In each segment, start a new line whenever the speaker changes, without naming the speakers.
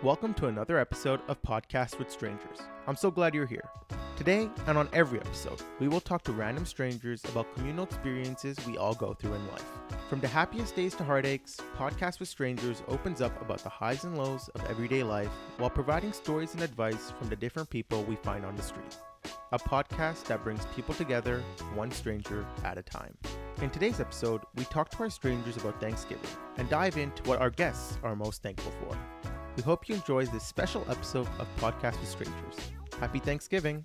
Welcome to another episode of Podcasts with Strangers. I'm so glad you're here. Today, and on every episode, we will talk to random strangers about communal experiences we all go through in life. From the happiest days to heartaches, Podcasts with Strangers opens up about the highs and lows of everyday life while providing stories and advice from the different people we find on the street. A podcast that brings people together, one stranger at a time. In today's episode, we talk to our strangers about Thanksgiving and dive into what our guests are most thankful for. We hope you enjoy this special episode of Podcast with Strangers. Happy Thanksgiving.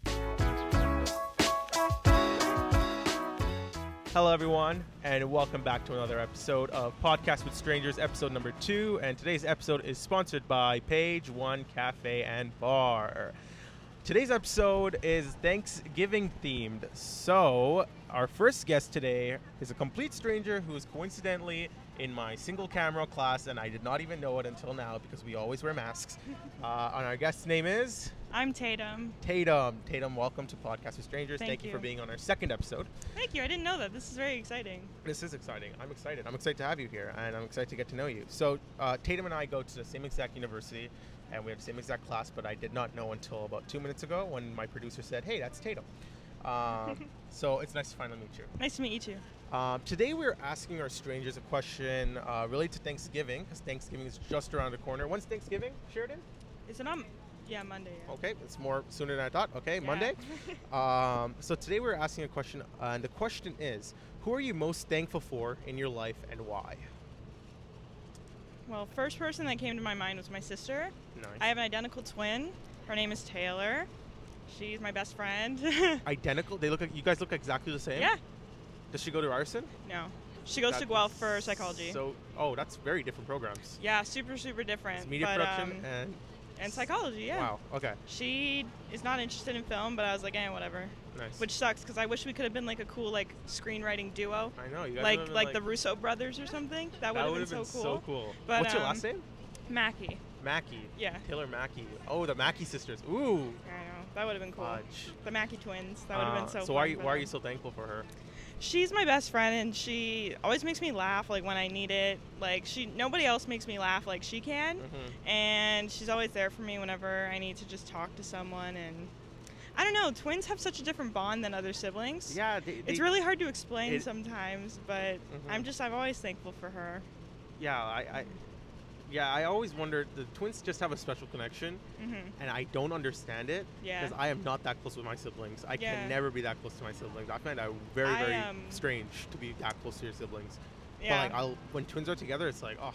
Hello, everyone, and welcome back to another episode of Podcast with Strangers, episode number two. And today's episode is sponsored by Page One Cafe and Bar. Today's episode is Thanksgiving themed. So, our first guest today is a complete stranger who is coincidentally in my single camera class, and I did not even know it until now because we always wear masks. Uh, and our guest's name is
I'm Tatum.
Tatum. Tatum, welcome to Podcast with Strangers.
Thank
Thank, you for
you.
being on our second episode.
Thank you. I didn't know that. This is very exciting.
This is exciting. I'm excited. I'm excited to have you here, and I'm excited to get to know you. So, uh, Tatum and I go to the same exact university, and we have the same exact class. But I did not know until about two minutes ago when my producer said, "Hey, that's Tatum." Um, so it's nice to finally meet you.
Nice to meet you too.
Um, today we're asking our strangers a question uh, related to Thanksgiving, because Thanksgiving is just around the corner. When's Thanksgiving, Sheridan?
Is it on? Yeah, Monday. yeah.
Okay, it's more sooner than I thought. Okay,
Yeah.
Oh, Monday. Um, so today we're asking a question, uh, and the question is, who are you most thankful for in your life, and why?
Well, first person that came to my mind was my sister.
Nice.
I have an identical twin. Her name is Taylor. She's my best friend. yeah.
Identical? They look like you guys look exactly the same. Does she go to Ryerson?
No. She goes to
That's
Guelph for psychology.
So, oh, that's very different programs.
yeah, super super different.
It's media
but,
production
um,
and
and psychology. Yeah.
wow. Okay,
She is not interested in film, but I was like, eh, whatever.
nice.
Which sucks because I wish we could have been like a cool like screenwriting duo,
I know you guys
like
would've been
like the Russo brothers or something. That would
that
have
would have
been,
been,
so
so
cool.
cool.
But,
What's your last
um,
name?
Mackie.
Mackey.
Yeah.
Taylor Mackey. Oh, the Mackey sisters. Ooh.
I know. That would have been cool.
Fudge.
The Mackey twins. That would have
Uh,
been so. um,
So why are
fun
you
for
why are
them.
you so thankful for her?
She's my best friend, and she always makes me laugh. Like when I need it. Like she, nobody else makes me laugh like she can.
Mhm.
And she's always there for me whenever I need to just talk to someone. And I don't know. Twins have such a different bond than other siblings.
Yeah. They,
It's
they-
really hard to explain
it-
sometimes, but I'm
Mhm.
just I'm always thankful for her.
Yeah. I. I yeah, I always wondered the twins just have a special connection,
hmm
and I don't understand it.
Yeah.
because I am not that close with my siblings. I
Yeah.
can never be that close to my siblings. I find that very,
I,
very
um,
strange to be that close to your siblings.
Yeah.
But like, I'll, when twins are together, it's like, oh,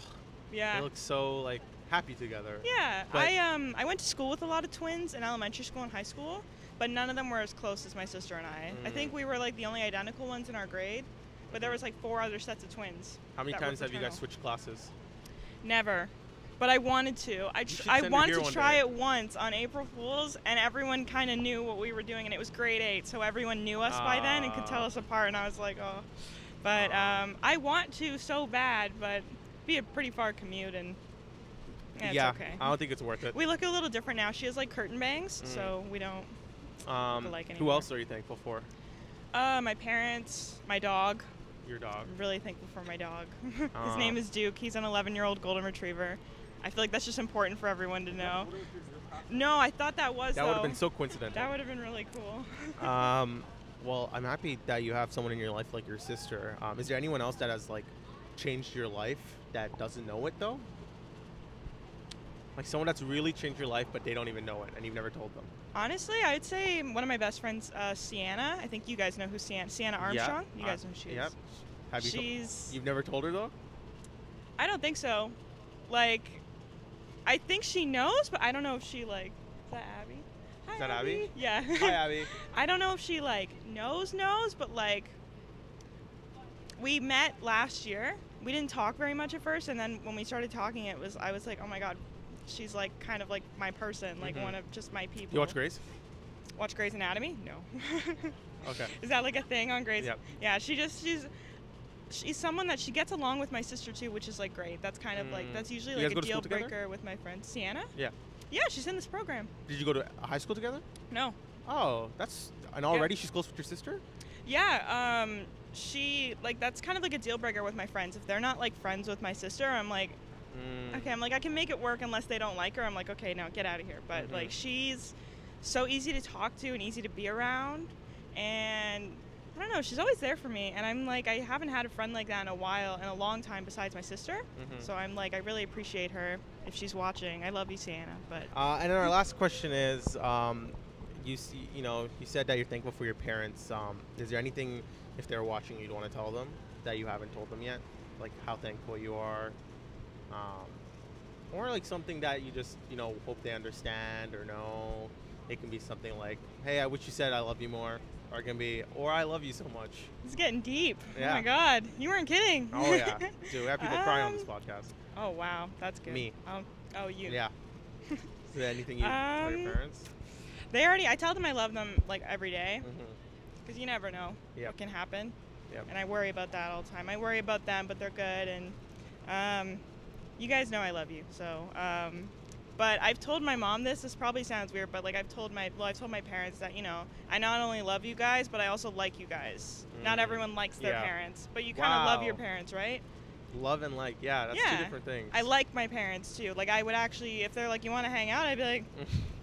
yeah.
they look so like happy together.
Yeah,
But-
I um I went to school with a lot of twins in elementary school and high school, but none of them were as close as my sister and I. I think
Mm.
we were like the only identical ones in our grade, but there was like four other sets of twins.
How many
that were
times have you guys
fraternal.
switched classes?
Never. But I wanted to. I,
should
tr- I
send her
wanted
here
to
one
try
day.
it once on April Fools, and everyone kind of knew what we were doing, and it was grade eight, so everyone knew us by then and could tell
Ah.
us apart. And I was like, oh. But
Ah.
um, I want to so bad, but be a pretty far commute, and yeah, it's
yeah,
okay.
I don't think it's worth it.
We look a little different now. She has like curtain bangs,
Mm.
so we don't.
um,
like
who
anymore.
else are you thankful for?
Uh, my parents, my dog.
Your dog.
I'm really thankful for my dog.
Aw.
His name is Duke. He's an 11 year old golden retriever. I feel like that's just important for everyone to know. No, I thought that was.
That would have
though.
been so coincidental.
That would have been really cool.
um, well, I'm happy that you have someone in your life like your sister. Um, is there anyone else that has like changed your life that doesn't know it though? Like someone that's really changed your life, but they don't even know it, and you've never told them.
Honestly, I would say one of my best friends, uh, Sienna. I think you guys know who Sienna, Sienna Armstrong. You
uh,
guys know who she is.
Yep. Have you? to-
She's.
you've never told her though.
I don't think so. Like, I think she knows, but I don't know if she like. Is that Abby? Hi,
Is that Abby?
Yeah.
Hi, Abby.
I don't know if she like knows knows, but like, we met last year. We didn't talk very much at first, and then when we started talking, it was I was like, oh my god, she's like kind of like my person, like
Mhm.
one of just my people.
You watch Grace?
Watch Grey's Anatomy? No.
Okay.
Is that like a thing on Grey's?
Yep.
Yeah, she just she's she's someone that she gets along with my sister too, which is like great. That's kind of like
Mm.
that's usually
You
like
guys go
a
to school
deal
together?
breaker with my friend Sienna.
Yeah.
Yeah, she's in this program.
Did you go to high school together?
No.
Oh, that's and already she's close with your sister.
Yeah, um she like that's kind of like a deal breaker with my friends. If they're not like friends with my sister, I'm like
Mm.
okay, I'm like, I can make it work unless they don't like her. I'm like, okay, now get out of here. But
Mhm.
like, she's so easy to talk to and easy to be around, and I don't know, she's always there for me. And I'm like, I haven't had a friend like that in a while, in a long time, besides my sister.
Mhm.
So I'm like, I really appreciate her if she's watching. I love you, Sienna, but
Uh, and then our last question is, um, you see, you know, you said that you're thankful for your parents. Um, is there anything, if they're watching, you'd want to tell them that you haven't told them yet, like how thankful you are, um, or like something that you just, you know, hope they understand or know. It can be something like, "Hey, I wish you said I love you more," or it can be, "Or I love you so much."
it's getting deep.
Yeah.
Oh my God, you weren't kidding.
Oh yeah, dude, we have people cry on this
Um,
podcast.
oh wow, that's good.
Me.
Um, oh you.
Yeah. Is there anything you tell
Um,
your parents?
They already. I tell them I love them like every day.
hmm
because you never know
Yep.
what can happen.
Yep.
And I worry about that all the time. I worry about them, but they're good. And um, you guys know I love you. So, um, but I've told my mom this. This probably sounds weird, but like I've told my well, I've told my parents that you know I not only love you guys, but I also like you guys. Not
Mm.
everyone likes their
Yeah.
parents, but you kind of love your
Wow.
parents, right?
Love and like, yeah, that's
Yeah.
two different things.
I like my parents too. Like I would actually, if they're like, you want to hang out, I'd be like.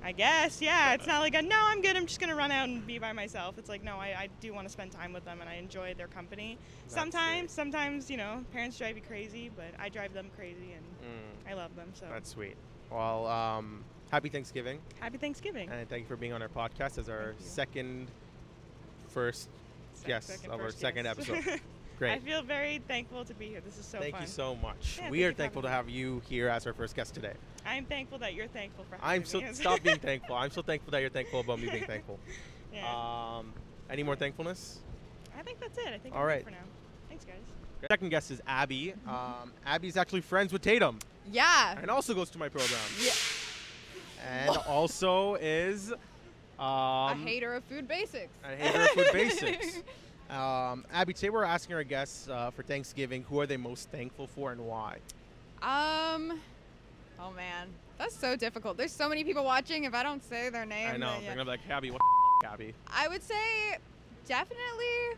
I guess, yeah. It's not like a no, I'm good. I'm just gonna run out and be by myself. It's like no, I, I do want to spend time with them and I enjoy their company.
That's
sometimes, sometimes you know, parents drive you crazy, but I drive them crazy and
sweet. Mm,
I love them. So
that's sweet. Well, um, happy Thanksgiving,
happy Thanksgiving.
and thank you for being on our podcast as our
Thank you.
second, first.
Sec-
yes, of our
first
second
yes.
episode.
I
Great.
feel very thankful to be here. This is so
thank
fun.
you so much. we
Yeah, thank
are
you for
thankful to
having
have you here as our first guest today.
I'm thankful that you're thankful for. having
I'm
me.
so stop being thankful. I'm so thankful that you're thankful about me being thankful.
yeah.
Um, any more thankfulness?
I think that's it. I think
all
I'm good
right.
for now. Thanks, guys.
Second guest is Abby. Um, Abby's actually friends with Tatum
Yeah.
and also goes to my program.
Yeah.
And also is um,
a hater of food basics.
a hater of food basics. Um, Abby, today we're asking our guests uh, for Thanksgiving who are they most thankful for and why.
um. Oh man, that's so difficult. There's so many people watching. If I don't say their name,
I know.
then, yeah.
They're gonna be like, Abby, what the f- Abby?
I would say definitely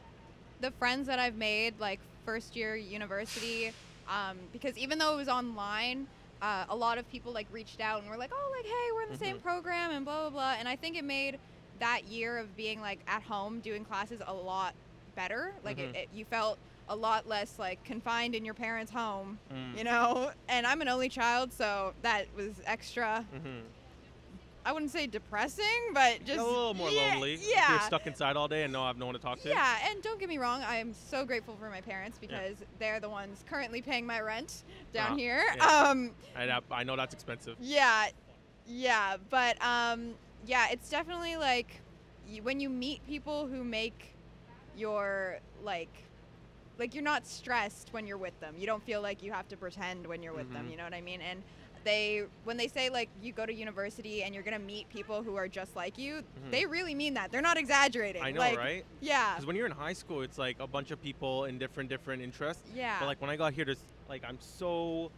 the friends that I've made, like first year university, um, because even though it was online, uh, a lot of people like reached out and were like, "Oh, like hey, we're in the same
Mm-hmm.
program," and blah blah blah. And I think it made that year of being like at home doing classes a lot better. Like
Mhm.
it, it, you felt a lot less like confined in your parents' home,
Mm.
you know. And I'm an only child, so that was extra.
Mhm.
I wouldn't say depressing, but just
a little more
yeah,
lonely. if
Yeah,
You're stuck inside all day and no, I have no one to talk to.
yeah, and don't get me wrong, I'm so grateful for my parents because they're the ones currently paying my rent down
Ah,
here.
yeah.
Um,
And I, I know that's expensive.
yeah, yeah, but um, yeah, it's definitely like you, when you meet people who make your like, like you're not stressed when you're with them. You don't feel like you have to pretend when you're with them.
Mhm.
You know what I mean? And they when they say like you go to university and you're gonna meet people who are just like you,
Mhm.
they really mean that. They're not exaggerating.
I know,
like,
right?
Yeah.
Because when you're in high school, it's like a bunch of people in different different interests.
Yeah.
But like when I got here, there's like I'm so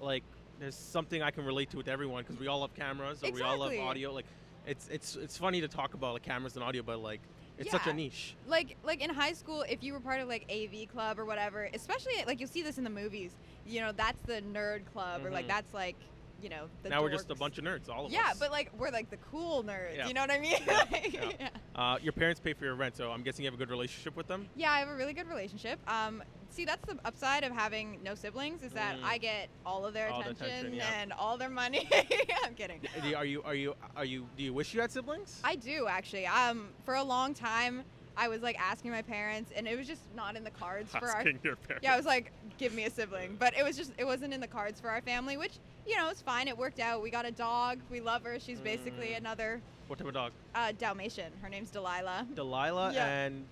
like there's something I can relate to with everyone because we all love cameras or we all love
Exactly.
audio. Like it's it's it's funny to talk about like cameras and audio, but like it's such a
Yeah.
niche.
like like in high school if you were part of like AV club or whatever, especially like you'll see this in the movies. You know, that's the nerd club or
Mhm.
like that's like, you know, the
now we're just a
dorks.
bunch of nerds, all of
Yeah,
us.
but like we're like the cool nerds.
Yeah.
You know what I mean?
Yeah,
Like,
yeah.
yeah.
uh, your parents pay for your rent, so I'm guessing you have a good relationship with them.
Yeah, I have a really good relationship. Um, see, that's the upside of having no siblings is that
Mm.
I get all of their
All the
attention,
attention, yeah.
and all their money. I'm kidding.
Do you- Are you are you are you do you wish you had siblings?
I do actually. Um, for a long time, I was like asking my parents, and it was just not in the cards for our
your parents.
yeah, I was like, give me a sibling. But it was just, it wasn't in the cards for our family, which, you know, it's fine. It worked out. We got a dog. We love her. She's basically
Mm.
another
What type of dog?
uh, Dalmatian. Her name's Delilah.
Delilah
Yeah.
and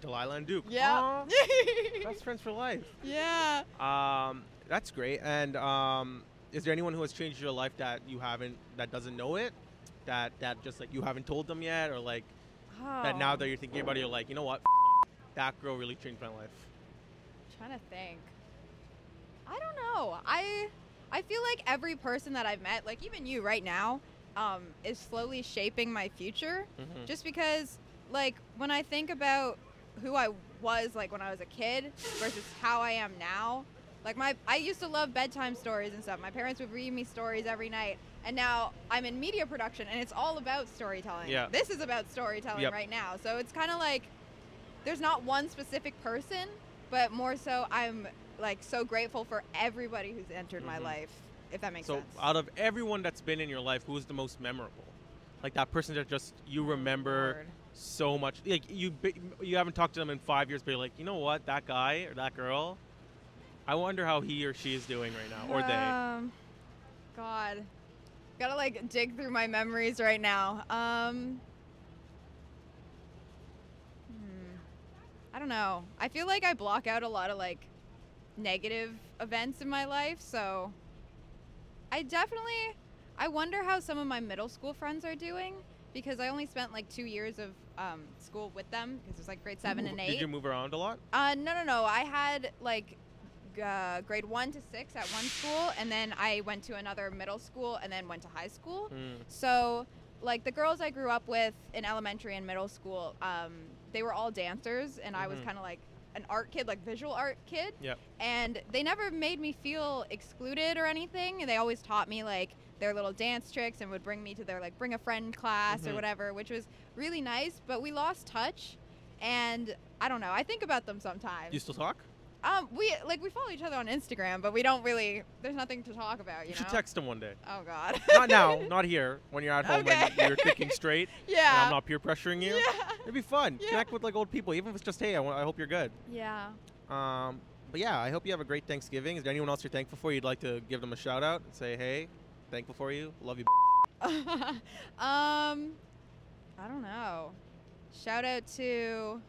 Delilah and Duke.
Yeah.
Aw, that's friends for life.
yeah.
Um, that's great. And um, is there anyone who has changed your life that you haven't, that doesn't know it, that that just like you haven't told them yet, or like that now
Um.
that you're thinking about it, you're like, you know what, F- that girl really changed my life.
trying to think. I don't know. I I feel like every person that I've met, like even you right now, um, is slowly shaping my future.
Mm-hmm.
just because like when i think about who i was like when i was a kid versus how i am now Like my, I used to love bedtime stories and stuff. My parents would read me stories every night, and now I'm in media production, and it's all about storytelling.
Yeah.
This is about storytelling
Yep.
right now. So it's kind of like there's not one specific person, but more so I'm like so grateful for everybody who's entered my
Mhm.
life, if that makes
so
sense.
out of everyone that's been in your life, who's the most memorable? Like that person that just you remember
Lord.
so much. Like you bi- you haven't talked to them in five years, but you're like, you know what, that guy or that girl. I wonder how he or she is doing right now, or they.
Um, God, gotta like dig through my memories right now. Um, hmm. I don't know. I feel like I block out a lot of like negative events in my life, so I definitely. I wonder how some of my middle school friends are doing because I only spent like two years of um, school with them because it was like grade seven
Move-
and eight.
Did you move around a lot?
Uh, no, no, no. I had like g- uh, grade one to six at one school, and then I went to another middle school, and then went to high school.
Mm.
So, like the girls I grew up with in elementary and middle school, um, they were all dancers, and I was
Mhm.
kind of like an art kid, like visual art kid.
Yep.
And they never made me feel excluded or anything. They always taught me like their little dance tricks and would bring me to their like bring a friend class
Mhm.
or whatever, which was really nice. But we lost touch, and I don't know. I think about them sometimes.
You still talk?
um, we like we follow each other on Instagram, but we don't really. There's nothing to talk about. You,
You,
know.
should text him one day.
Oh God.
not now, not here. When you're at home
Okay.
and you're thinking straight, and
yeah.
I'm not peer pressuring you.
Yeah.
It'd be fun.
Yeah.
Connect with like old people, even if it's just hey, I wa- I hope you're good.
Yeah.
Um, but yeah, I hope you have a great Thanksgiving. Is there anyone else you're thankful for? You'd like to give them a shout out and say, hey, thankful for you, love you.
um, I don't know. Shout out to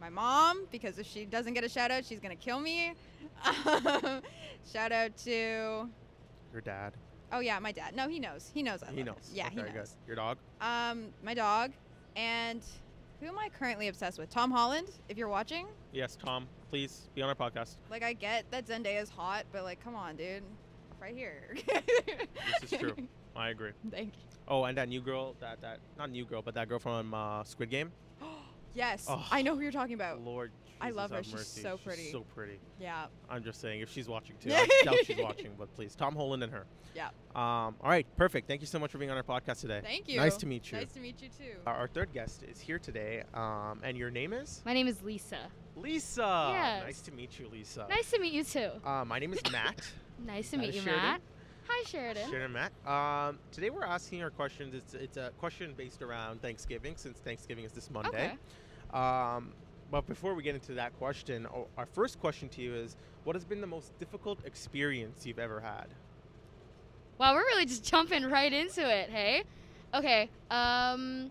my mom because if she doesn't get a shout out, she's gonna kill me. Um, shout out to
Your dad.
oh yeah, my dad. No, he knows. He knows. I
He
love
knows.
him. Yeah, he
Okay,
knows.
good. Your dog.
Um, my dog and who am I currently obsessed with? Tom Holland. If you're watching,
Yes, Tom. Please be on our podcast.
like I get that Zendaya's hot, but like, come on, dude, right here.
This is true. I agree.
Thank
Oh, and that new girl, that that not new girl, but that girl from uh, Squid Game.
you. yes,
Oh.
I know who you're talking about.
Lord,
I
Jesus,
love her.
have
She's
mercy.
so pretty.
so pretty.
Yeah.
I'm just saying, if she's watching too, I doubt she's watching, but please, Tom Holland and her.
Yeah.
Um. All right. Perfect. Thank you so much for being on our podcast today.
Thank you.
Nice to meet you.
Nice to meet you too.
Our- our third guest is here today, um, and your name is.
My name is Lisa.
Lisa.
Yes.
Nice to meet you, Lisa.
Nice to meet you too.
Uh, my name is Matt.
Nice to
That
meet
is
you,
Sheridan.
Matt. Hi, Sheridan.
Sharon and Matt. Um, today we're asking our questions. It's it's a question based around Thanksgiving since Thanksgiving is this Monday.
Okay.
Um, but before we get into that question, o- our first question to you is: What has been the most difficult experience you've ever had?
Wow, we're really just jumping right into it, hey? Okay. Um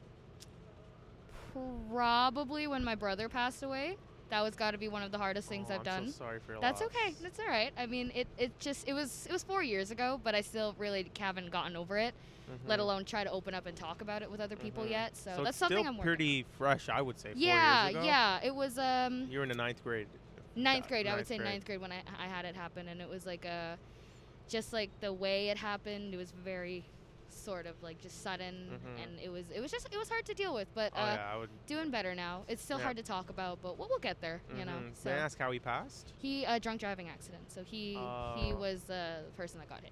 probably when my brother passed away. That was got to be one of the hardest things
Oh,
I've
I'm
done.
So sorry for your
That's
loss.
okay. That's all right. I mean, it it just it was it was 4 years ago, but I still really haven't gotten over it,
Mhm.
let alone try to open up and talk about it with other people
Mhm.
yet. So,
it's
that's something
still
I'm working
pretty fresh, I would say. Four
Yeah,
years ago.
yeah. It was um
You're in the ninth grade.
ninth
Yeah,
grade. I would
ninth
say
grade.
ninth grade when I, I had it happen, and it was like a, just like the way it happened. It was very, sort of like just sudden,
Mhm.
and it was it was just it was hard to deal with. But uh,
oh yeah, I would.
doing better now. It's still
Yeah.
hard to talk about, but we'll, we'll get there. You know.
mhm.
So
May I ask how he passed?
he uh, drunk driving accident. So he he
Oh.
was the person that got hit.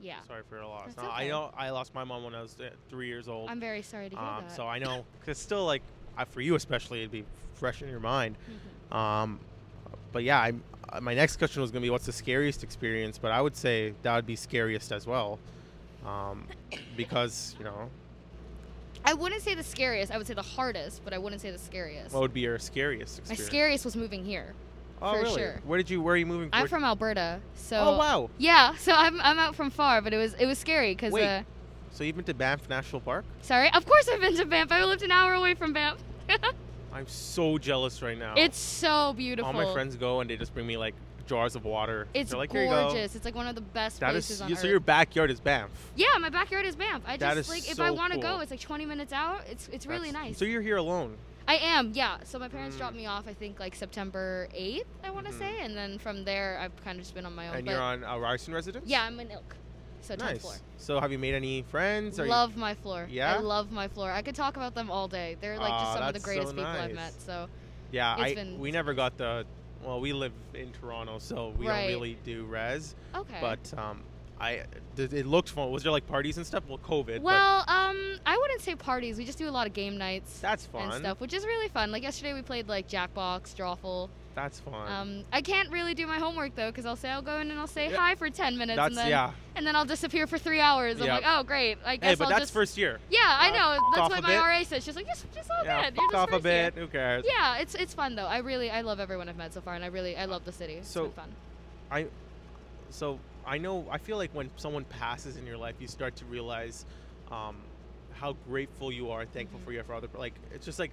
Yeah,
Sorry for your loss.
That's
No, I
okay.
know I lost my mom when I was uh, three years old.
I'm very sorry to hear
um,
that.
so I know because still like I, for you especially, it'd be fresh in your mind.
Mhm.
Um, but yeah, I'm, uh, my next question was gonna be what's the scariest experience, but I would say that would be scariest as well, um, because you know
I wouldn't say the scariest. I would say the hardest, but I wouldn't say the scariest.
what would be your scariest
My
experience?
scariest was moving here.
oh
for
really?
sure.
Where did you? Where are you moving?
I'm
where-
from Alberta, so
oh wow!
Yeah, so I'm, I'm out from far, but it was it was scary because
Wait.
uh,
So you've been to Banff National Park?
sorry, of course I've been to Banff. I lived an hour away from Banff.
I'm so jealous right now.
It's so beautiful.
Oh. all my friends go and they just bring me like jars of water.
It's
They're like, "Here you go."
gorgeous. It's like one of the best
That
places
is
on
you-
earth.
so. Your backyard is Banff.
yeah, my backyard is Banff. I just
That is
like if I
so
want to
cool.
go, it's like 20 minutes out. It's it's really
That's-
nice.
So you're here alone.
I am, yeah. So my parents
Mm.
dropped me off. I think like September 8th, I want to
Mhm.
say, and then from there I've kind of just been on my own.
and
but
you're on a Ryerson residence?
yeah, I'm an ilk. So 10th
Nice.
floor.
So have you made any friends? Are you-
love my floor.
Yeah?
I love my floor. I could talk about them all day. They're like
Aw,
just some of the
that's so
greatest people I've
nice.
met. So
yeah,
it's
I
been-
we never got the well, we live in Toronto, so we
Right.
don't really do res.
Okay.
But um, I th- it looked fun. Was there like parties and stuff? Well, COVID.
well, um, I wouldn't say parties. We just do a lot of game nights
but that's fun.
and stuff, which is really fun. Like yesterday, we played like Jackbox, Drawful.
That's fun.
Um, I can't really do my homework though, because I'll say I'll go in and I'll say
Yeah.
hi for ten minutes,
that's
and then
yeah.
and then I'll disappear for three hours. I'm
Yeah.
like, oh great, I guess
Hey, but
I'll
that's
just.
first year.
yeah, I
uh,
know.
fuck off
That's
a
what my
bit.
RA says. She's like, just just all
yeah,
good. Oh, You're
fuck
just
off a
first year."
bit. Who cares?
Yeah, it's it's fun though. I really I love everyone I've met so far, and I really I love the city. It's
So-
been fun.
So I know. I feel like when someone passes in your life, you start to realize um, how grateful you are, and thankful
Mhm.
for your for other. Like it's just like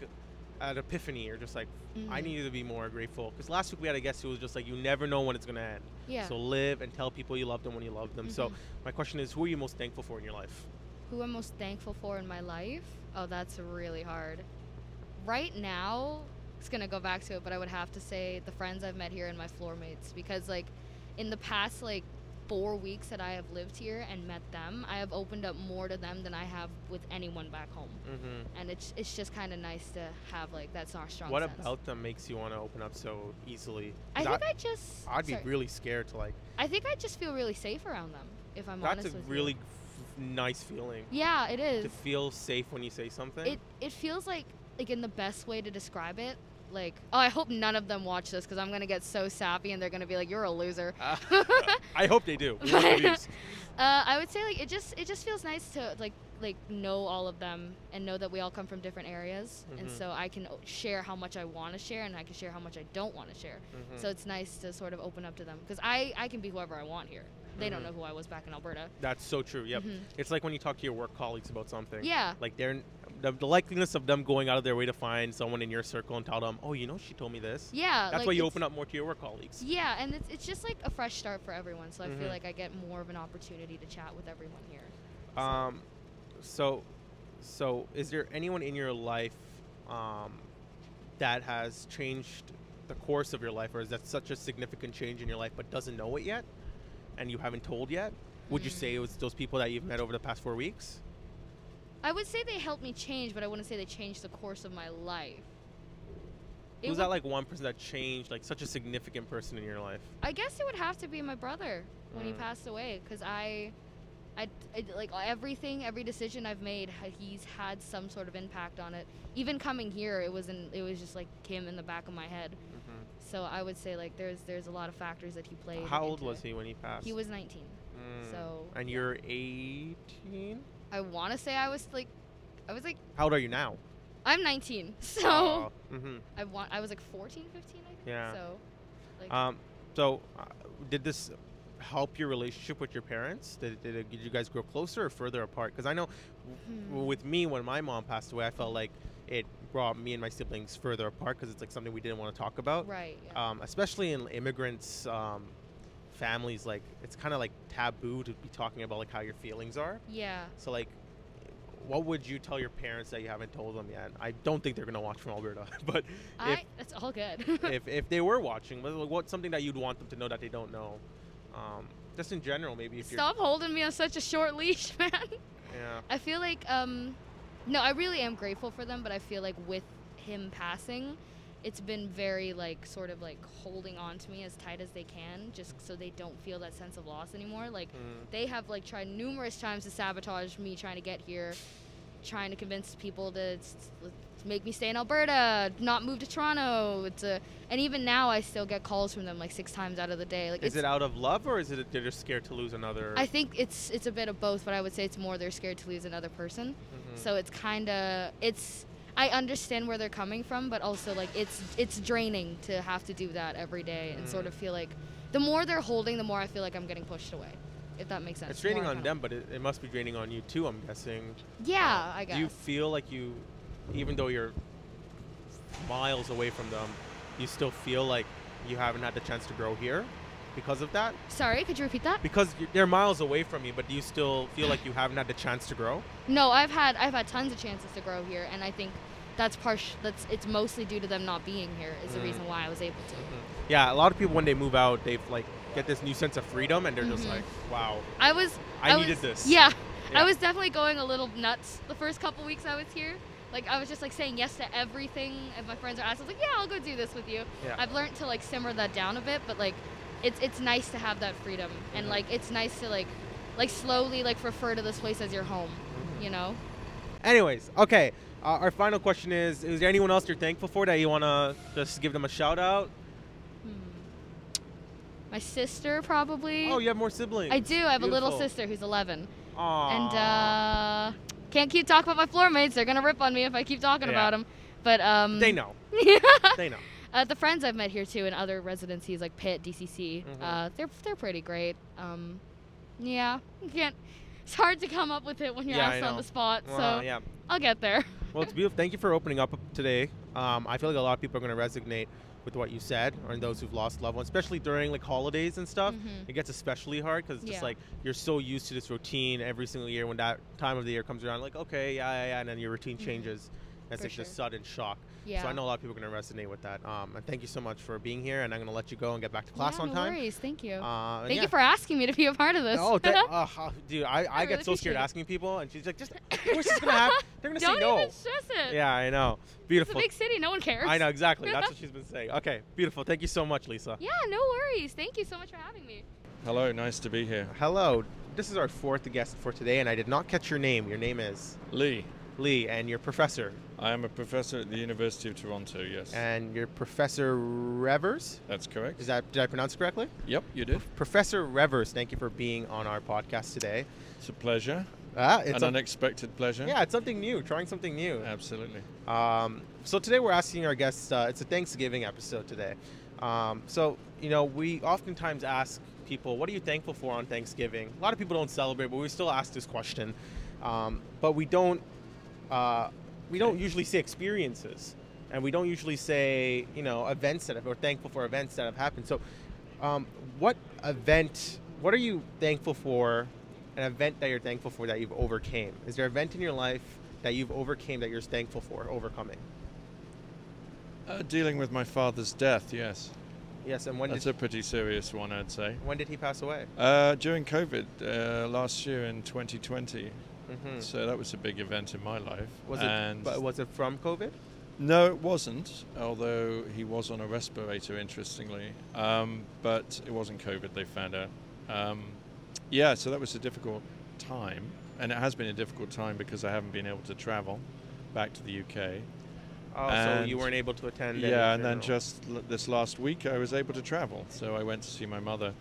an epiphany. You're just like, I
Mhm.
need to be more grateful. Because last week we had a guest who was just like, you never know when it's gonna end.
yeah.
So live and tell people you love them when you love them. So
Mhm.
my question is, who are you most thankful for in your life?
Who I'm most thankful for in my life? Oh, that's really hard. Right now, it's gonna go back to it, but I would have to say the friends I've met here and my floor mates because like in the past like four weeks that I have lived here and met them, I have opened up more to them than I have with anyone back home,
Mm-hmm.
and it's it's just kind of nice to have like that's our strong.
What
sense.
about them makes you want to open up so easily?
I
'Cause
think I just
I'd be
sorry.
really scared to like.
I think I just feel really safe around them. If I'm
That's
honest
a
with you.
really f- nice feeling
Yeah, it
to
is.
feel safe when you say something.
It it feels like like in the best way to describe it. Like, oh, I hope none of them watch this because I'm gonna get so sappy and they're gonna be like, "You're a loser."
Ah,
uh,
I hope they do. We want reviews.
I would say like it just it just feels nice to like like know all of them and know that we all come from different areas, and
Mhm.
so I can o- share how much I want to share and I can share how much I don't want to share.
Mhm.
So it's nice to sort of open up to them because I I can be whoever I want here. They
Mhm.
don't know who I was back in Alberta.
That's so true. Yep.
Mhm.
It's like when you talk to your work colleagues about something.
Yeah.
Like they're n- the, the likeliness of them going out of their way to find someone in your circle and tell them, oh, you know, she told me this.
Yeah.
That's
like
why you
it's-
open up more to your work colleagues.
Yeah, and it's, it's just like a fresh start for everyone. So I
Mhm.
feel like I get more of an opportunity to chat with everyone here.
Um, so, so is there anyone in your life um, that has changed the course of your life, or is that such a significant change in your life but doesn't know it yet, and you haven't told yet? Would you
Hmm.
say it was those people that you've met over the past four weeks?
I would say they helped me change, but I wouldn't say they changed the course of my life. It
Who's
would-
that like one person that changed, like such a significant person in your life?
I guess it would have to be my brother when he
Mm.
passed away, because I, I, I- like everything, every decision I've made, ha- he's had some sort of impact on it. Even coming here, it was in, it was just like him in the back of my head. So I would say like there's there's a lot of factors that he played.
How old
into
was
it.
he when he passed?
He was 19.
Mm.
so,
And
yeah.
you're 18.
I want to say I was like, I was like.
How old are you now?
I'm 19, so
hmm
I want. I was like 14, 15, I think.
Yeah.
So, like,
Um, so, uh, did this help your relationship with your parents? Did, did, it, did you guys grow closer or further apart? Because I know w-
Hmm.
with me, when my mom passed away, I felt like it brought me and my siblings further apart because it's like something we didn't want to talk about.
right. Yeah.
Um, especially in immigrants' um, families, like it's kind of like taboo to be talking about like how your feelings are.
yeah.
So, like, what would you tell your parents that you haven't told them yet? I don't think they're gonna watch from Alberta, but
I. That's all good.
if, if they were watching, what- what's something that you'd want them to know that they don't know? Um, just in general, maybe if
Stop holding me on such a short leash, man.
you're, yeah,
I feel like, um, no, I really am grateful for them, but I feel like with him passing, it's been very like sort of like holding on to me as tight as they can, just so they don't feel that sense of loss anymore. Like.
mm,
they have like tried numerous times to sabotage me trying to get here trying to convince people to s- s- make me stay in alberta not move to toronto to, and even now i still get calls from them like six times out of the day like
is
it's,
it out of love or is it they're just scared to lose another?
i think it's it's a bit of both but i would say it's more they're scared to lose another person
Mhm.
so it's kind of it's i understand where they're coming from but also like it's it's draining to have to do that every day and sort
Mm.
of feel like the more they're holding the more i feel like i'm getting pushed away if that makes sense
it's draining
More
on
accountable.
them, but it, it must be draining on you too. I'm guessing.
yeah
Uh,
i guess
Do you feel like you, even though you're miles away from them, you still feel like you haven't had the chance to grow here because of that?
Sorry, could you repeat that?
Because you- they're miles away from you, but do you still feel like you haven't had the chance to grow?
No, I've had I've had tons of chances to grow here, and I think that's partial. That's it's mostly due to them not being here is the
Mm.
reason why I was able to.
Yeah, a lot of people when they move out, they've like get this new sense of freedom, and they're just
Mhm.
like, "Wow,
I was
I,
I
needed
was-
this."
yeah,
Yeah.
I was definitely going a little nuts the first couple weeks I was here. Like I was just like saying yes to everything. If my friends are asked, I was like, yeah, I'll go do this with you.
Yeah.
I've learned to like simmer that down a bit, but like it's it's nice to have that freedom and
Mhm.
like it's nice to like like slowly like refer to this place as your home. You know?
Anyways, okay. Uh, our final question is: Is there anyone else you're thankful for that you wanna just give them a shout out?
Hmm. My sister probably.
Oh, you have more siblings.
I do. I have a little
Beautiful.
sister who's 11. And
Aw.
uh, can't keep talking about my floor mates. They're gonna rip on me if I keep talking
Yeah.
about 'em. about them. But um,
they know. They know.
uh, the friends I've met here too, in other residencies like Pitt, DCC,
Mhm.
uh, they're they're pretty great. Um, yeah, you can't. It's hard to come up with it when you're
Yeah, I
asked on
know.
the spot.
Wow,
so
yeah.
I'll get there.
Well, it's beautiful. Thank you for opening up today. Um, I feel like a lot of people are going to resonate with what you said, or those who've lost loved ones, especially during like holidays and stuff.
Mhm.
It gets especially hard because it's just
Yeah.
like you're so used to this routine every single year. When that time of the year comes around, like okay, yeah, yeah, yeah and then your routine
Mhm.
changes. That's
For
like just
sure.
sudden shock.
Yeah.
So I know a lot of people are going to resonate with that. Um, and thank you so much for being here. And I'm going to let you go and get back to class
yeah,
on
no
time.
worries. Thank you.
Uh, and
Thank
yeah.
you for asking me to be a part of this.
Oh, tha- uh, how- dude, I, I, get
really
so
appreciate
scared
it.
asking people, and she's like, just of course it's gonna happen. They're gonna
Don't
say no.
even stress it.
Yeah, I know.
It's a
Beautiful.
big city. No one cares.
I know exactly. That's what she's been saying. Okay, beautiful. Thank you so much, Lisa.
Yeah, no worries. Thank you so much for having me.
Hello, nice to be here.
Hello. This is our fourth guest for today, and I did not catch your name. Your name is
Lee,
Lee, and you're professor,
I am a professor at the University of Toronto, yes.
and you're Professor Revers.
That's correct.
Is that did I pronounce it correctly?
Yep, you did.
Professor Revers, thank you for being on our podcast today.
It's a pleasure,
Ah,
an
it's a-
unexpected pleasure.
yeah, it's something new. Trying something new.
Absolutely.
Um, so today we're asking our guests. Uh, it's a Thanksgiving episode today. Um, so you know we oftentimes ask people, "What are you thankful for on Thanksgiving?" A lot of people don't celebrate, but we still ask this question. Um, but we don't. Uh, we don't usually say experiences, and we don't usually say you know events that have, or thankful for events that have happened. So, um, what event? What are you thankful for? An event that you're thankful for that you've overcame. Is there an event in your life that you've overcame that you're thankful for overcoming?
Uh, dealing with my father's death, yes.
Yes, and when
That's
did
a pretty serious one, I'd say.
when did he pass away?
Uh, during COVID uh, last year in 2020,
hmm
so that was a big event in my life.
Was
and
it? But was it from COVID?
No, it wasn't. Although he was on a respirator, interestingly. Um, but it wasn't COVID. They found out. Um, yeah, so that was a difficult time, and it has been a difficult time because I haven't been able to travel back to the UK.
Oh, so
And-
you weren't able to attend. any
yeah, and then
funeral.
just l- this last week I was able to travel, so I went to see my mother.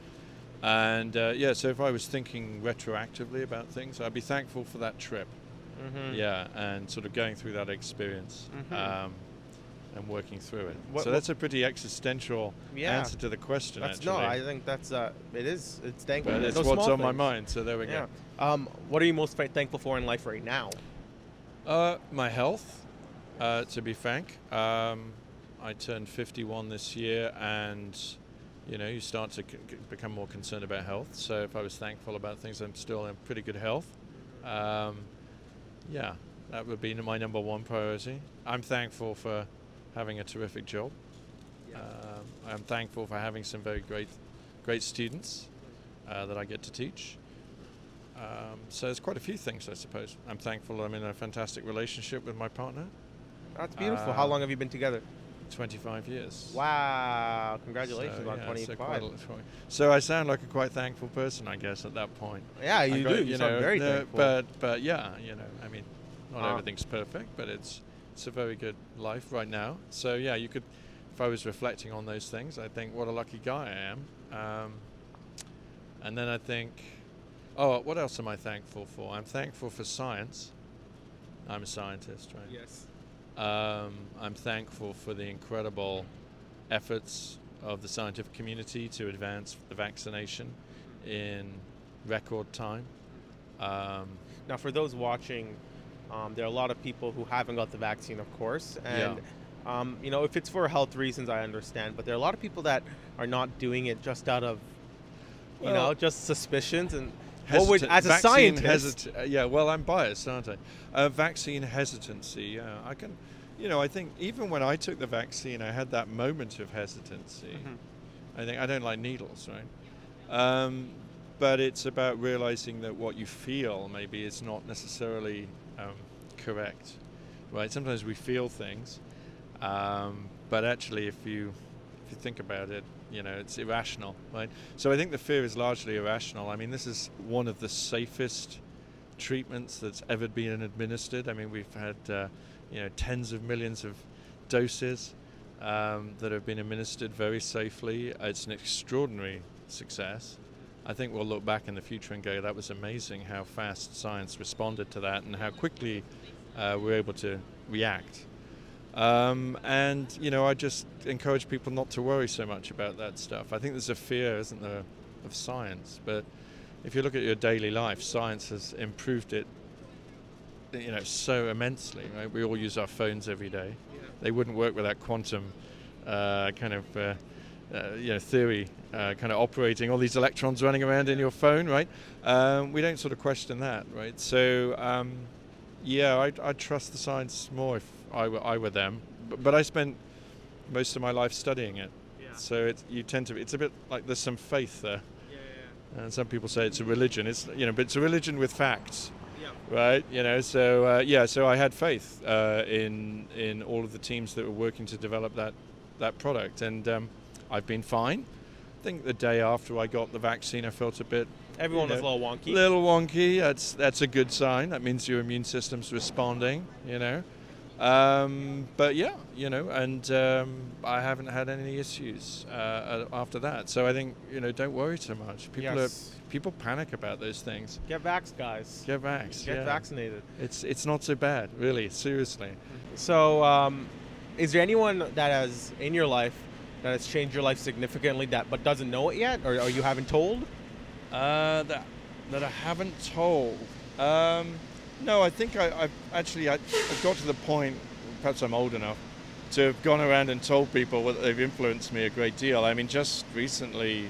And uh, yeah, so if I was thinking retroactively about things, I'd be thankful for that trip.
Mhm.
Yeah, and sort of going through that experience
Mhm.
um, and working through it.
What-
so that's a pretty existential
Yeah.
answer to the question.
That's
actually,
no. I think that's uh, it is. It's thankful.
but it's
Those
what's
small
on my
things.
mind. So there we
Yeah.
go.
Um, what are you most fa- thankful for in life right now?
Uh, my health, uh, to be frank. Um, I turned 51 this year, and you know, you start to c- c- become more concerned about health. So if I was thankful about things, I'm still in pretty good health. Um, yeah, that would be n- my number one priority. I'm thankful for having a terrific job. Um, I'm thankful for having some very great, great students uh, that I get to teach. Um, so there's quite a few things, I suppose. I'm thankful I'm in a fantastic relationship with my partner,
That's beautiful. How
Uh,
long have you been together?
25 years.
Wow! Congratulations
So,
on
yeah, so,
25.
quite a lot- so I sound like a quite thankful person, I guess, at that point.
yeah, you
I got-
do. You, sound very
no,
thankful.
But but yeah, you know, I mean, not
Ah.
everything's perfect, but it's it's a very good life right now. So yeah, you could, if I was reflecting on those things, I think what a lucky guy I am. Um, and then I think, oh, what else am I thankful for? I'm thankful for science. I'm a scientist, right?
yes.
Um, I'm thankful for the incredible efforts of the scientific community to advance the vaccination in record time. Um,
Now, for those watching, um, there are a lot of people who haven't got the vaccine, of course, and um, you know if it's for health reasons, I understand. But there are a lot of people that are not doing it just out of you know
Well-
just suspicions and what would
hesitant-
as a
vaccine
scientist.
hesit- uh, yeah, well, I'm biased, aren't I? Uh, vaccine hesitancy. Yeah, I can. You know, I think even when I took the vaccine, I had that moment of hesitancy.
Mhm.
I think I don't like needles, right? Um, but it's about realizing that what you feel maybe is not necessarily um, correct. right? Sometimes we feel things, um, but actually, if you if you think about it, you know, it's irrational, right? So I think the fear is largely irrational. I mean, this is one of the safest treatments that's ever been administered. I mean, we've had uh, you know tens of millions of doses um, that have been administered very safely. It's an extraordinary success. I think we'll look back in the future and go, that was amazing how fast science responded to that and how quickly uh, we're able to react. Um, and you know, I just encourage people not to worry so much about that stuff. I think there's a fear, isn't there, of science? But if you look at your daily life, science has improved it, you know, so immensely. Right? We all use our phones every day. They wouldn't work without quantum uh, kind of. Uh, uh, you know, theory uh, kind of operating, all these electrons running around in your phone, right? Um, we don't sort of question that, right? So, um, yeah, I, I trust the science more if I were, I were them. But, but I spent most of my life studying it. So it's, you tend to, it's a bit like there's some faith there. And some people say it's a religion. It's, you know, but it's a religion with facts right? You know, so uh, yeah, so I had faith uh, in in all of the teams that were working to develop that that product, and um, I've been fine. I think the day after I got the vaccine, I felt a bit
Everyone
you
was a
know,
little wonky.
little wonky. That's that's a good sign. That means your immune system's responding. You know, um, but yeah, you know, and um, I haven't had any issues uh, uh, after that. So I think you know, don't worry so much. People
Yes.
are people panic about those things.
Get vaxxed, guys.
Get vaxxed.
Get
yeah.
vaccinated.
It's it's not so bad, really. Seriously.
So, um, is there anyone that has in your life that has changed your life significantly that but doesn't know it yet, or, or you haven't told?
Uh, that that I haven't told. Um, no, I think I, I've actually I, I've got to the point. Perhaps I'm old enough to have gone around and told people that they've influenced me a great deal. I mean, just recently,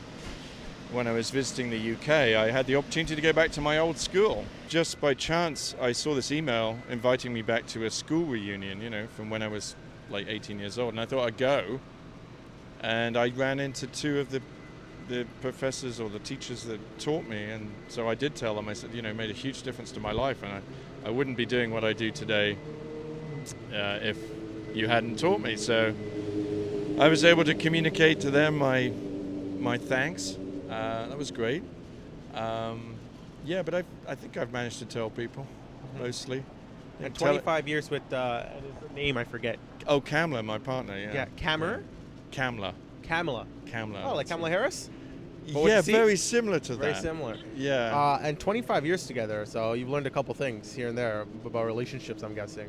when I was visiting the UK, I had the opportunity to go back to my old school. Just by chance, I saw this email inviting me back to a school reunion. You know, from when I was like 18 years old, and I thought I'd go. And I ran into two of the the professors or the teachers that taught me and so I did tell them I said you know it made a huge difference to my life and I, I wouldn't be doing what I do today uh, if you hadn't taught me so I was able to communicate to them my my thanks uh, that was great um, yeah but i I think I've managed to tell people
Mm-hmm.
mostly
And
Tell-
25 years with uh, and his name I forget.
oh Kamla my partner yeah
Yeah, Kammer,
Kamla
Kamala.
Kamla
Oh, like
that's it.
Kamala Harris. But with
yeah
a C.
very Ah. similar to
Very
that
similar.
yeah
Uh, and 25 years together, so you've learned a couple things here and there about relationships. I'm guessing.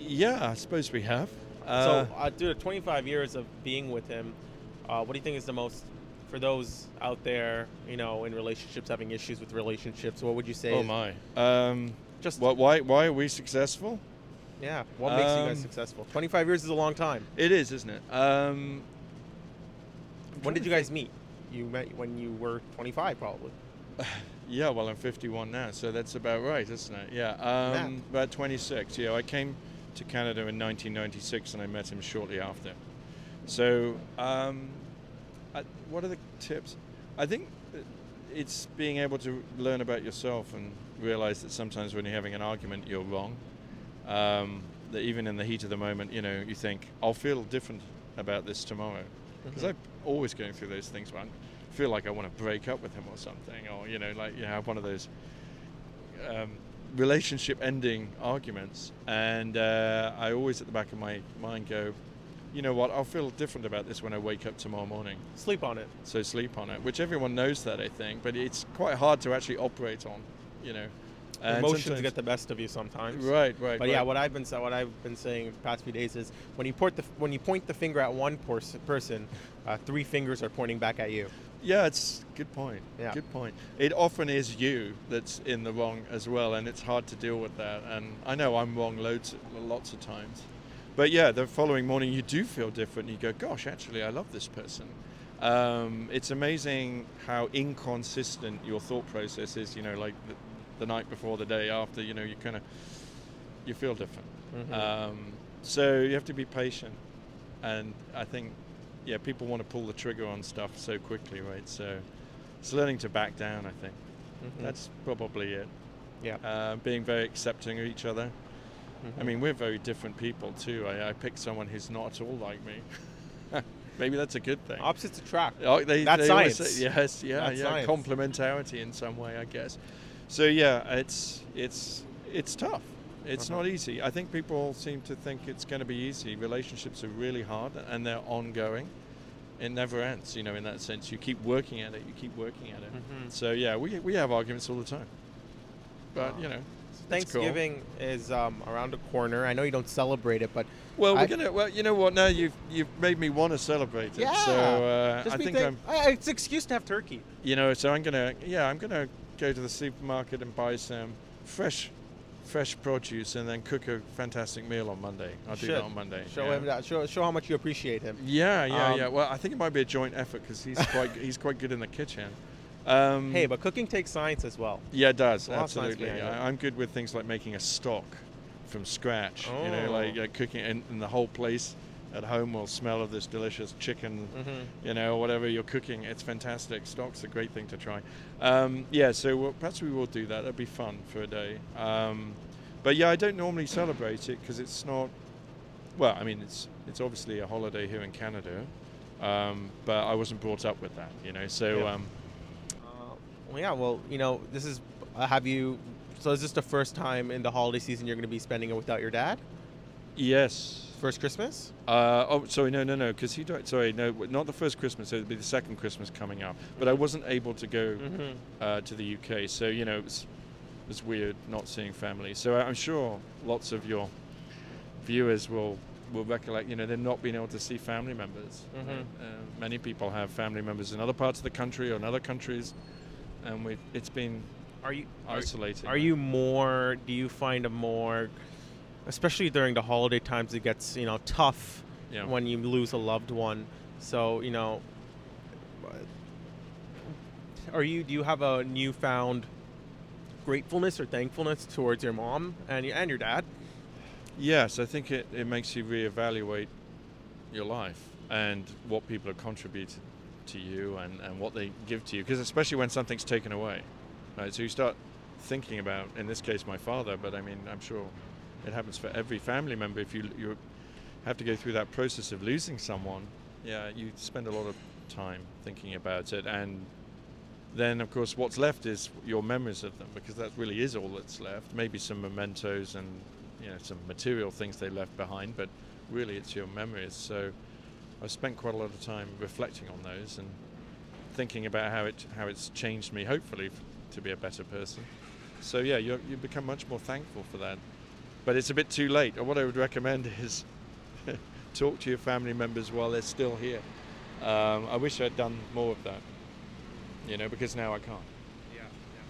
yeah I suppose we have Uh,
so, uh, dude, 25 years of being with him. Uh, what do you think is the most for those out there, you know, in relationships having issues with relationships? What would you say?
Oh
is-
my! Um,
Just
wh- why why are we successful?
yeah. What makes you guys
Um,
successful? 25 years is a long time.
It is, isn't it? Um,
When did you guys meet? You met when you were 25, probably.
yeah, well, I'm 51 now, so that's about right, isn't it? Yeah, um,
Math.
about 26. Yeah, I came to Canada in 1996, and I met him shortly after. So, um, I, what are the tips? I think that it's being able to learn about yourself and realize that sometimes when you're having an argument, you're wrong. Um, that even in the heat of the moment, you know, you think, I'll feel different about this tomorrow.
Mm-hmm.
Because I'm always going through those things where I feel like I want to break up with him or something, or, you know, like you have one of those um, relationship ending arguments. And uh, I always at the back of my mind go, you know what, I'll feel different about this when I wake up tomorrow morning
Sleep on it.
so sleep on it, which everyone knows that I think, but it's quite hard to actually operate on, you know. Uh, And
Emotions
sometimes-
get the best of you sometimes.
right, right.
But yeah,
right.
what I've been sa- what I've been saying the past few days is when you point the when you point the finger at one pers- person, uh, three fingers are pointing back at you.
yeah, it's good point.
Yeah.
good point. It often is you that's in the wrong as well, and it's hard to deal with that. And I know I'm wrong loads, lots of times. But yeah, the following morning you do feel different. You go, gosh, actually, I love this person. Um, it's amazing how inconsistent your thought process is. You know, like the, the night before, the day after. You know, you kind of you feel different.
Mhm.
Um, so you have to be patient, and I think yeah, people want to pull the trigger on stuff so quickly, right? So it's learning to back down. I think
Mhm.
that's probably it.
yeah. Mm-hmm.
Uh, being very accepting of each other, I mean, we're very different people too. I, I picked someone who's not at all like me. Maybe that's a good thing.
Opposites attract.
Oh, they,
That's
they always
science.
say- yes, yeah,
That's
yeah.
science.
Complementarity in some way, I guess. So yeah, it's it's it's tough. It's
Uh-huh.
not easy. I think people seem to think it's going to be easy. Relationships are really hard, and they're ongoing. It never ends. You know, in that sense, you keep working at it. You keep working at it.
Mhm.
So yeah, we we have arguments all the time. But
Wow.
you know, it's cool.
Thanksgiving is um, around the corner. I know you don't celebrate it, but
Well, we're
I-
gonna. Well, you know what? Now you've you've made me want to celebrate it.
Yeah.
So uh,
just
I
be
think
thank-
I'm.
Uh, it's an excuse to have turkey.
You know, so I'm gonna. Yeah, I'm gonna go to the supermarket and buy some fresh, fresh produce, and then cook a fantastic meal on Monday. I'll do
Should.
that on Monday.
Show
yeah. Mm-hmm.
him that. Show, show how much you appreciate him.
Yeah, yeah,
Um,
yeah. Well, I think it might be a joint effort because he's quite he's quite good in the kitchen. Um,
Hey, but cooking takes science as well.
yeah, it does
A lot of science
absolutely.
behind it.
I, I'm good with things like making a stock from scratch. You know,
Oh.
like uh, cooking, and, and the whole place at home will smell of this delicious chicken
Mm-hmm.
you know, whatever you're cooking, it's fantastic. Stock's a great thing to try. Um, yeah, so we'll, perhaps we will do that. That'd be fun for a day. Um, but yeah, I don't normally celebrate it because it's not. Well, I mean, it's it's obviously a holiday here in Canada, um, but I wasn't brought up with that, you know. So
Yeah.
um,
well, Uh, yeah. Well, you know, this is. Uh, have you? So is this the first time in the holiday season you're going to be spending it without your dad?
yes.
First Christmas?
Uh, oh, sorry, no, no, no, because he died. Sorry, no, w- not the first Christmas. So it'll be the second Christmas coming up. But I wasn't able to go.
Mm-hmm.
uh, to the UK. So you know, it was, it was weird not seeing family. So I- I'm sure lots of your viewers will will recollect, you know, they're not being able to see family members.
Mhm.
Uh, many people have family members in other parts of the country or in other countries, and we it's been
Are you? Are,
isolating.
are you more? Do you find a more, especially during the holiday times, it gets you know tough
Yeah.
when you lose a loved one. So you know, uh, are you? Do you have a newfound gratefulness or thankfulness towards your mom and your, and your dad?
Yes, I think it, it makes you reevaluate your life and what people have contributed to you and, and what they give to you. Because especially when something's taken away, right? So you start thinking about, in this case, my father, but I mean, I'm sure it happens for every family member. If you you have to go through that process of losing someone, yeah, you spend a lot of time thinking about it and then of course what's left is your memories of them because that really is all that's left maybe some mementos and you know some material things they left behind but really it's your memories so i've spent quite a lot of time reflecting on those and thinking about how it how it's changed me hopefully f- to be a better person so yeah you you become much more thankful for that but it's a bit too late and what i would recommend is talk to your family members while they're still here um, i wish i'd done more of that you know, because now I can't.
Yeah.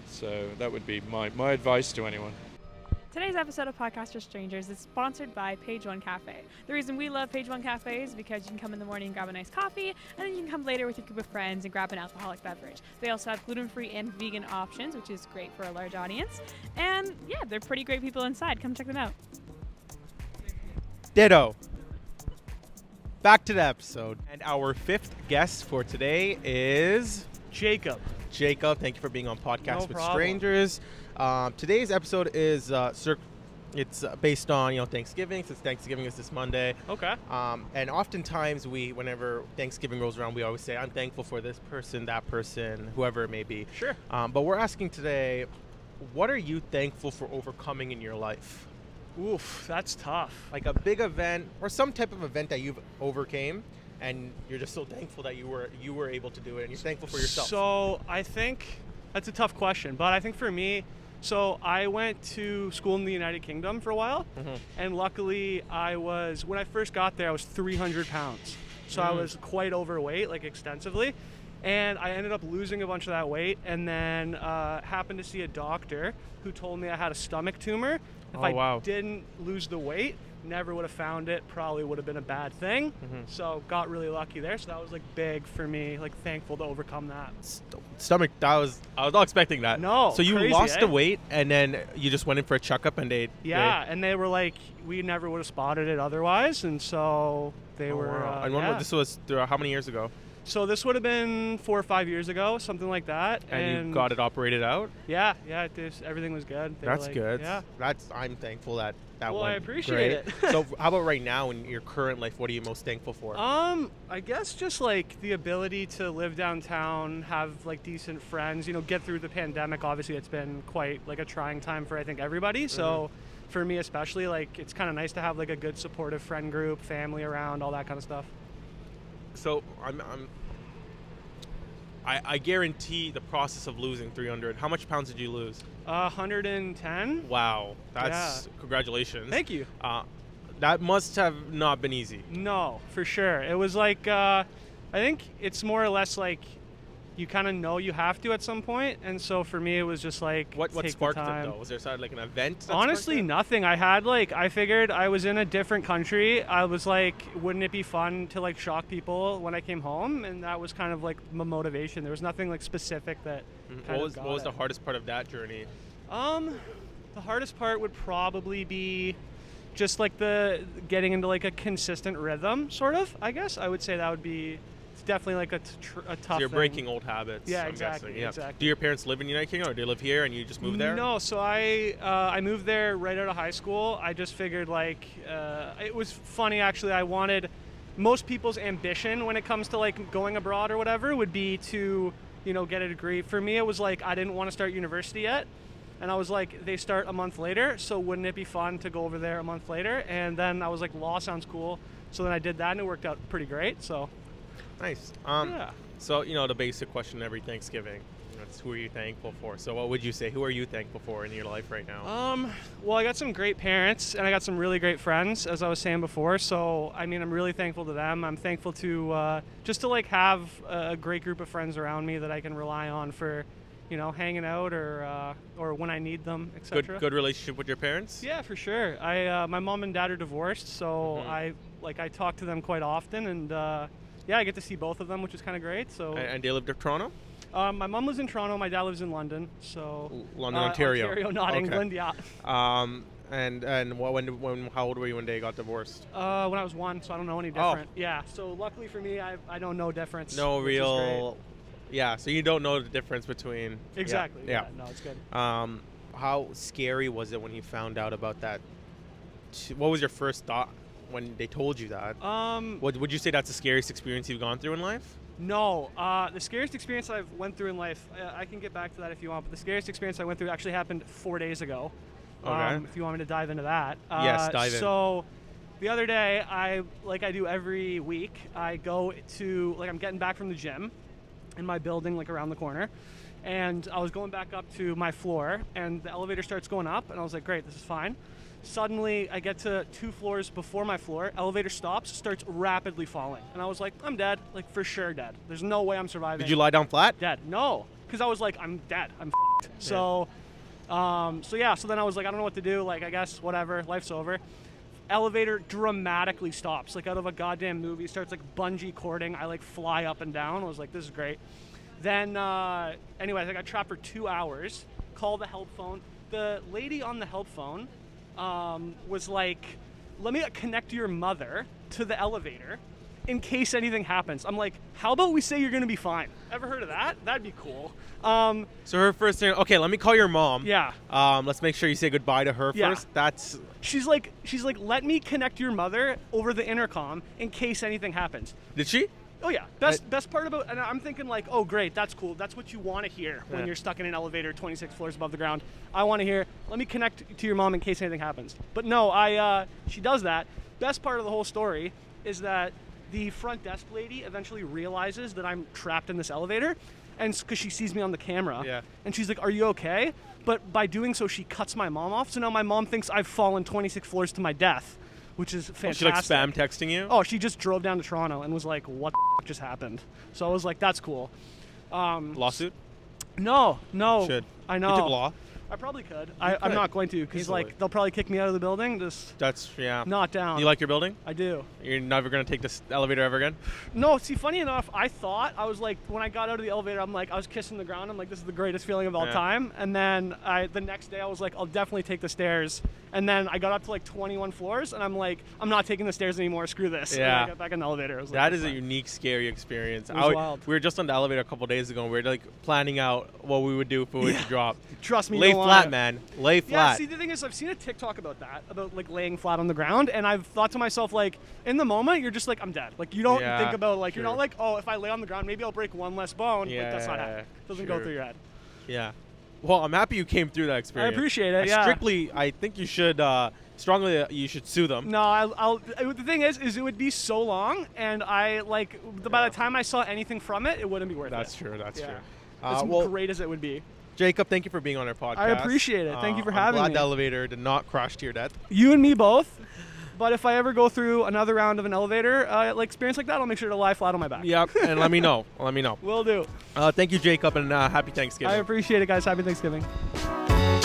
So that would be my, my advice to anyone.
Today's episode of Podcast for Strangers is sponsored by Page One Cafe. The reason we love Page One Cafe is because you can come in the morning and grab a nice coffee, and then you can come later with your group of friends and grab an alcoholic beverage. They also have gluten free and vegan options, which is great for a large audience. And yeah, they're pretty great people inside. Come check them out.
Ditto. Back to the episode. And our fifth guest for today is
Jacob.
Jacob. Thank you for being on Podcast
No
with
problem.
Strangers. Um, today's episode is uh, cir- it's uh, based on you know Thanksgiving since Thanksgiving is this Monday.
Okay.
Um, and oftentimes we, whenever Thanksgiving rolls around, we always say, "I'm thankful for this person, that person, whoever it may be."
Sure.
Um, but we're asking today, what are you thankful for overcoming in your life?
Oof, that's tough.
Like a big event or some type of event that you've overcame, and you're just so thankful that you were you were able to do it, and you're thankful for yourself.
So I think that's a tough question, but I think for me, so I went to school in the United Kingdom for a while,
Mhm.
and luckily I was when I first got there I was 300 pounds, so I
Mm.
was quite overweight, like extensively, and I ended up losing a bunch of that weight, and then uh, happened to see a doctor who told me I had a stomach tumor. If
Oh,
I
wow.
didn't lose the weight, never would have found it. Probably would have been a bad thing.
Mhm.
So got really lucky there. So that was like big for me. Like thankful to overcome that.
St- stomach. That was I was not expecting that.
No,
So you
crazy,
lost the
eh?
weight, and then you just went in for a checkup, and they
Yeah,
they-
and they were like, we never would have spotted it otherwise, and so they
Oh,
were.
wow.
uh,
and when was-
yeah.
this was through, how many years ago?
So this would have been four or five years ago, something like that.
And, you got it operated out.
Yeah, yeah. It is, everything was good. They were
That's
like-
good.
Yeah.
That's I'm thankful that that
Well,
one.
I appreciate it.
so how about right now in your current life? What are you most thankful for?
Um, I guess just like the ability to live downtown, have like decent friends, you know, get through the pandemic. Obviously, it's been quite like a trying time for I think everybody. So
Mm-hmm.
for me especially, like it's kind of nice to have like a good supportive friend group, family around, all that kind of stuff.
so I'm, I'm I, I guarantee the process of losing 300. How much pounds did you lose?
Uh, 110.
Wow, that's congratulations.
Thank you.
Uh, that must have not been easy.
No, for sure. It was like uh, I think it's more or less like you kind of know you have to at some point, and so for me it was just like
What what
take the
sparked it
time.
though? Was there sort of like an event? that sparked
Honestly,
it?
nothing. I had like I figured I was in a different country. I was like, wouldn't it be fun to like shock people when I came home? And that was kind of like my motivation. There was nothing like specific that.
Mhm.
kind
What
of
was
got
what was the
it.
hardest part of that journey?
Um, the hardest part would probably be just like the getting into like a consistent rhythm, sort of. I guess I would say that would be. It's definitely like a, t- tr- a tough.
So you're
thing.
breaking old habits.
Yeah,
I'm
exactly,
guessing, yeah. Do
exactly.
your parents live in the United Kingdom, or do they live here and you just moved there?
No, so I uh, I moved there right out of high school. I just figured like uh, it was funny actually. I wanted most people's ambition when it comes to like going abroad or whatever would be to you know get a degree. For me, it was like I didn't want to start university yet, and I was like they start a month later, so wouldn't it be fun to go over there a month later? And then I was like law sounds cool, so then I did that and it worked out pretty great. So
Nice. Um,
yeah.
So you know the basic question every Thanksgiving. That's who are you thankful for? So what would you say? Who are you thankful for in your life right now?
Um, well, I got some great parents and I got some really great friends, as I was saying before. So, I mean, I'm really thankful to them. I'm thankful to uh, just to like have a a great group of friends around me that I can rely on for, you know, hanging out or uh, or when I need them, etc.
good good relationship with your parents.
Yeah, for sure. I uh, my mom and dad are divorced, so
Mhm.
I like I talk to them quite often, and uh, yeah, I get to see both of them, which is kind of great. So,
And, and they lived in Toronto,
um, my mom lives in Toronto, my dad lives in London. So,
L- London,
uh,
Ontario.
Ontario, not
Okay.
England. Yeah.
Um, and and wh- when when how old were you when they got divorced?
Uh, when I was one, so I don't know any
Oh.
different. Yeah. So luckily for me, I, I don't know difference.
No
which is great.
real. Yeah. So you don't know the difference between. yeah,
Exactly.
Yeah.
No, it's good.
Um, how scary was it when you found out about that? T- What was your first thought when they told you that?
Um,
Would would you say that's the scariest experience you've gone through in life?
no. Uh, the scariest experience I've went through in life. uh, I, I can get back to that if you want. But the scariest experience I went through actually happened four days ago.
Okay.
Um, if you want me to dive into that. Uh,
Yes, dive in.
So, the other day, I like I do every week. I go to like I'm getting back from the gym, in my building, like around the corner. And I was going back up to my floor, and the elevator starts going up, and I was like, great, this is fine. Suddenly, I get to two floors before my floor, elevator stops, starts rapidly falling. And I was like, I'm dead, like for sure dead. There's no way I'm surviving.
Did you lie down flat?
Dead. No, because I was like, I'm dead. I'm fed. So, um, so yeah. So then I was like, I don't know what to do. Like, I guess whatever. Life's over. Elevator dramatically stops, like out of a goddamn movie. Starts like bungee cording. I like fly up and down. I was like, this is great. Then, uh, anyways, I got trapped for two hours. Call the help phone. The lady on the help phone um, was like, let me uh, connect your mother to the elevator in case anything happens. I'm like, how about we say you're gonna be fine? Ever heard of that? That'd be cool. Um,
So her first thing. Okay, let me call your mom.
yeah.
Um, let's make sure you say goodbye to her
Yeah.
first. That's
She's like, she's like, let me connect your mother over the intercom in case anything happens.
did she?
Oh yeah, best
I-
best part about, and I'm thinking like, oh great, that's cool. That's what you want to hear when
Yeah.
you're stuck in an elevator 26 floors above the ground. I want to hear, let me connect to your mom in case anything happens. But no, I uh, she does that. Best part of the whole story is that the front desk lady eventually realizes that I'm trapped in this elevator, and because she sees me on the camera,
Yeah.
and she's like, are you okay? But by doing so, she cuts my mom off. So now my mom thinks I've fallen 26 floors to my death, which is fantastic.
She like spam texting you?
Oh, she just drove down to Toronto and was like, "What the f- just happened?" So I was like, "That's cool." Um,
lawsuit.
no, no,
Should
oh, I
You
know.
took law.
I probably could. I, I'm
could,
not going to because
easily.
like they'll probably kick me out of the building. Just
That's yeah.
not down.
You like your building?
I do.
You're never gonna take this elevator ever again.
No, see, funny enough, I thought I was like when I got out of the elevator, I'm like I was kissing the ground. I'm like this is the greatest feeling of all
Yeah.
time. And then I the next day I was like I'll definitely take the stairs. And then I got up to like 21 floors, and I'm like I'm not taking the stairs anymore. Screw this. And
Yeah.
I got back in the elevator. I was like,
That is a
"Fine."
unique, scary experience.
It
I
was
would-
wild.
We were just on the elevator a couple days ago, and we were like planning out what we would do if we were to drop.
Trust me. you
Lay
don't
flat,
wanna-
man. Lay
Yeah,
flat.
see, the thing is, I've seen a TikTok about that, about like laying flat on the ground, and I've thought to myself, like, in the moment, you're just like, I'm dead. Like, you don't
Yeah,
think about, like, you're
true.
not like, oh, if I lay on the ground, maybe I'll break one less bone. like, that's not
Yeah,
happening. Doesn't go
true.
through your head.
yeah. Well, I'm happy you came through that experience.
appreciate
I
it, yeah.
Strictly, I think you should uh, strongly. Uh, you should sue them.
No, I'll, I'll. uh, The thing is, is it would be so long, and I like the, by the time I saw anything from it, it wouldn't be worth
That's
it.
true. That's
Yeah.
true.
As
Uh, well,
great as it would be,
Jacob, thank you for being on our podcast. Uh,
appreciate it. Thank you for
I'm
having
glad
me.
the elevator did not crash to your death.
you and me both. But if I ever go through another round of an elevator uh, like experience like that, I'll make sure to lie flat on my back.
Yep. and let me know. Let me know.
will do.
Uh, thank you, Jacob, and uh, happy Thanksgiving.
I appreciate it, guys. Happy Thanksgiving.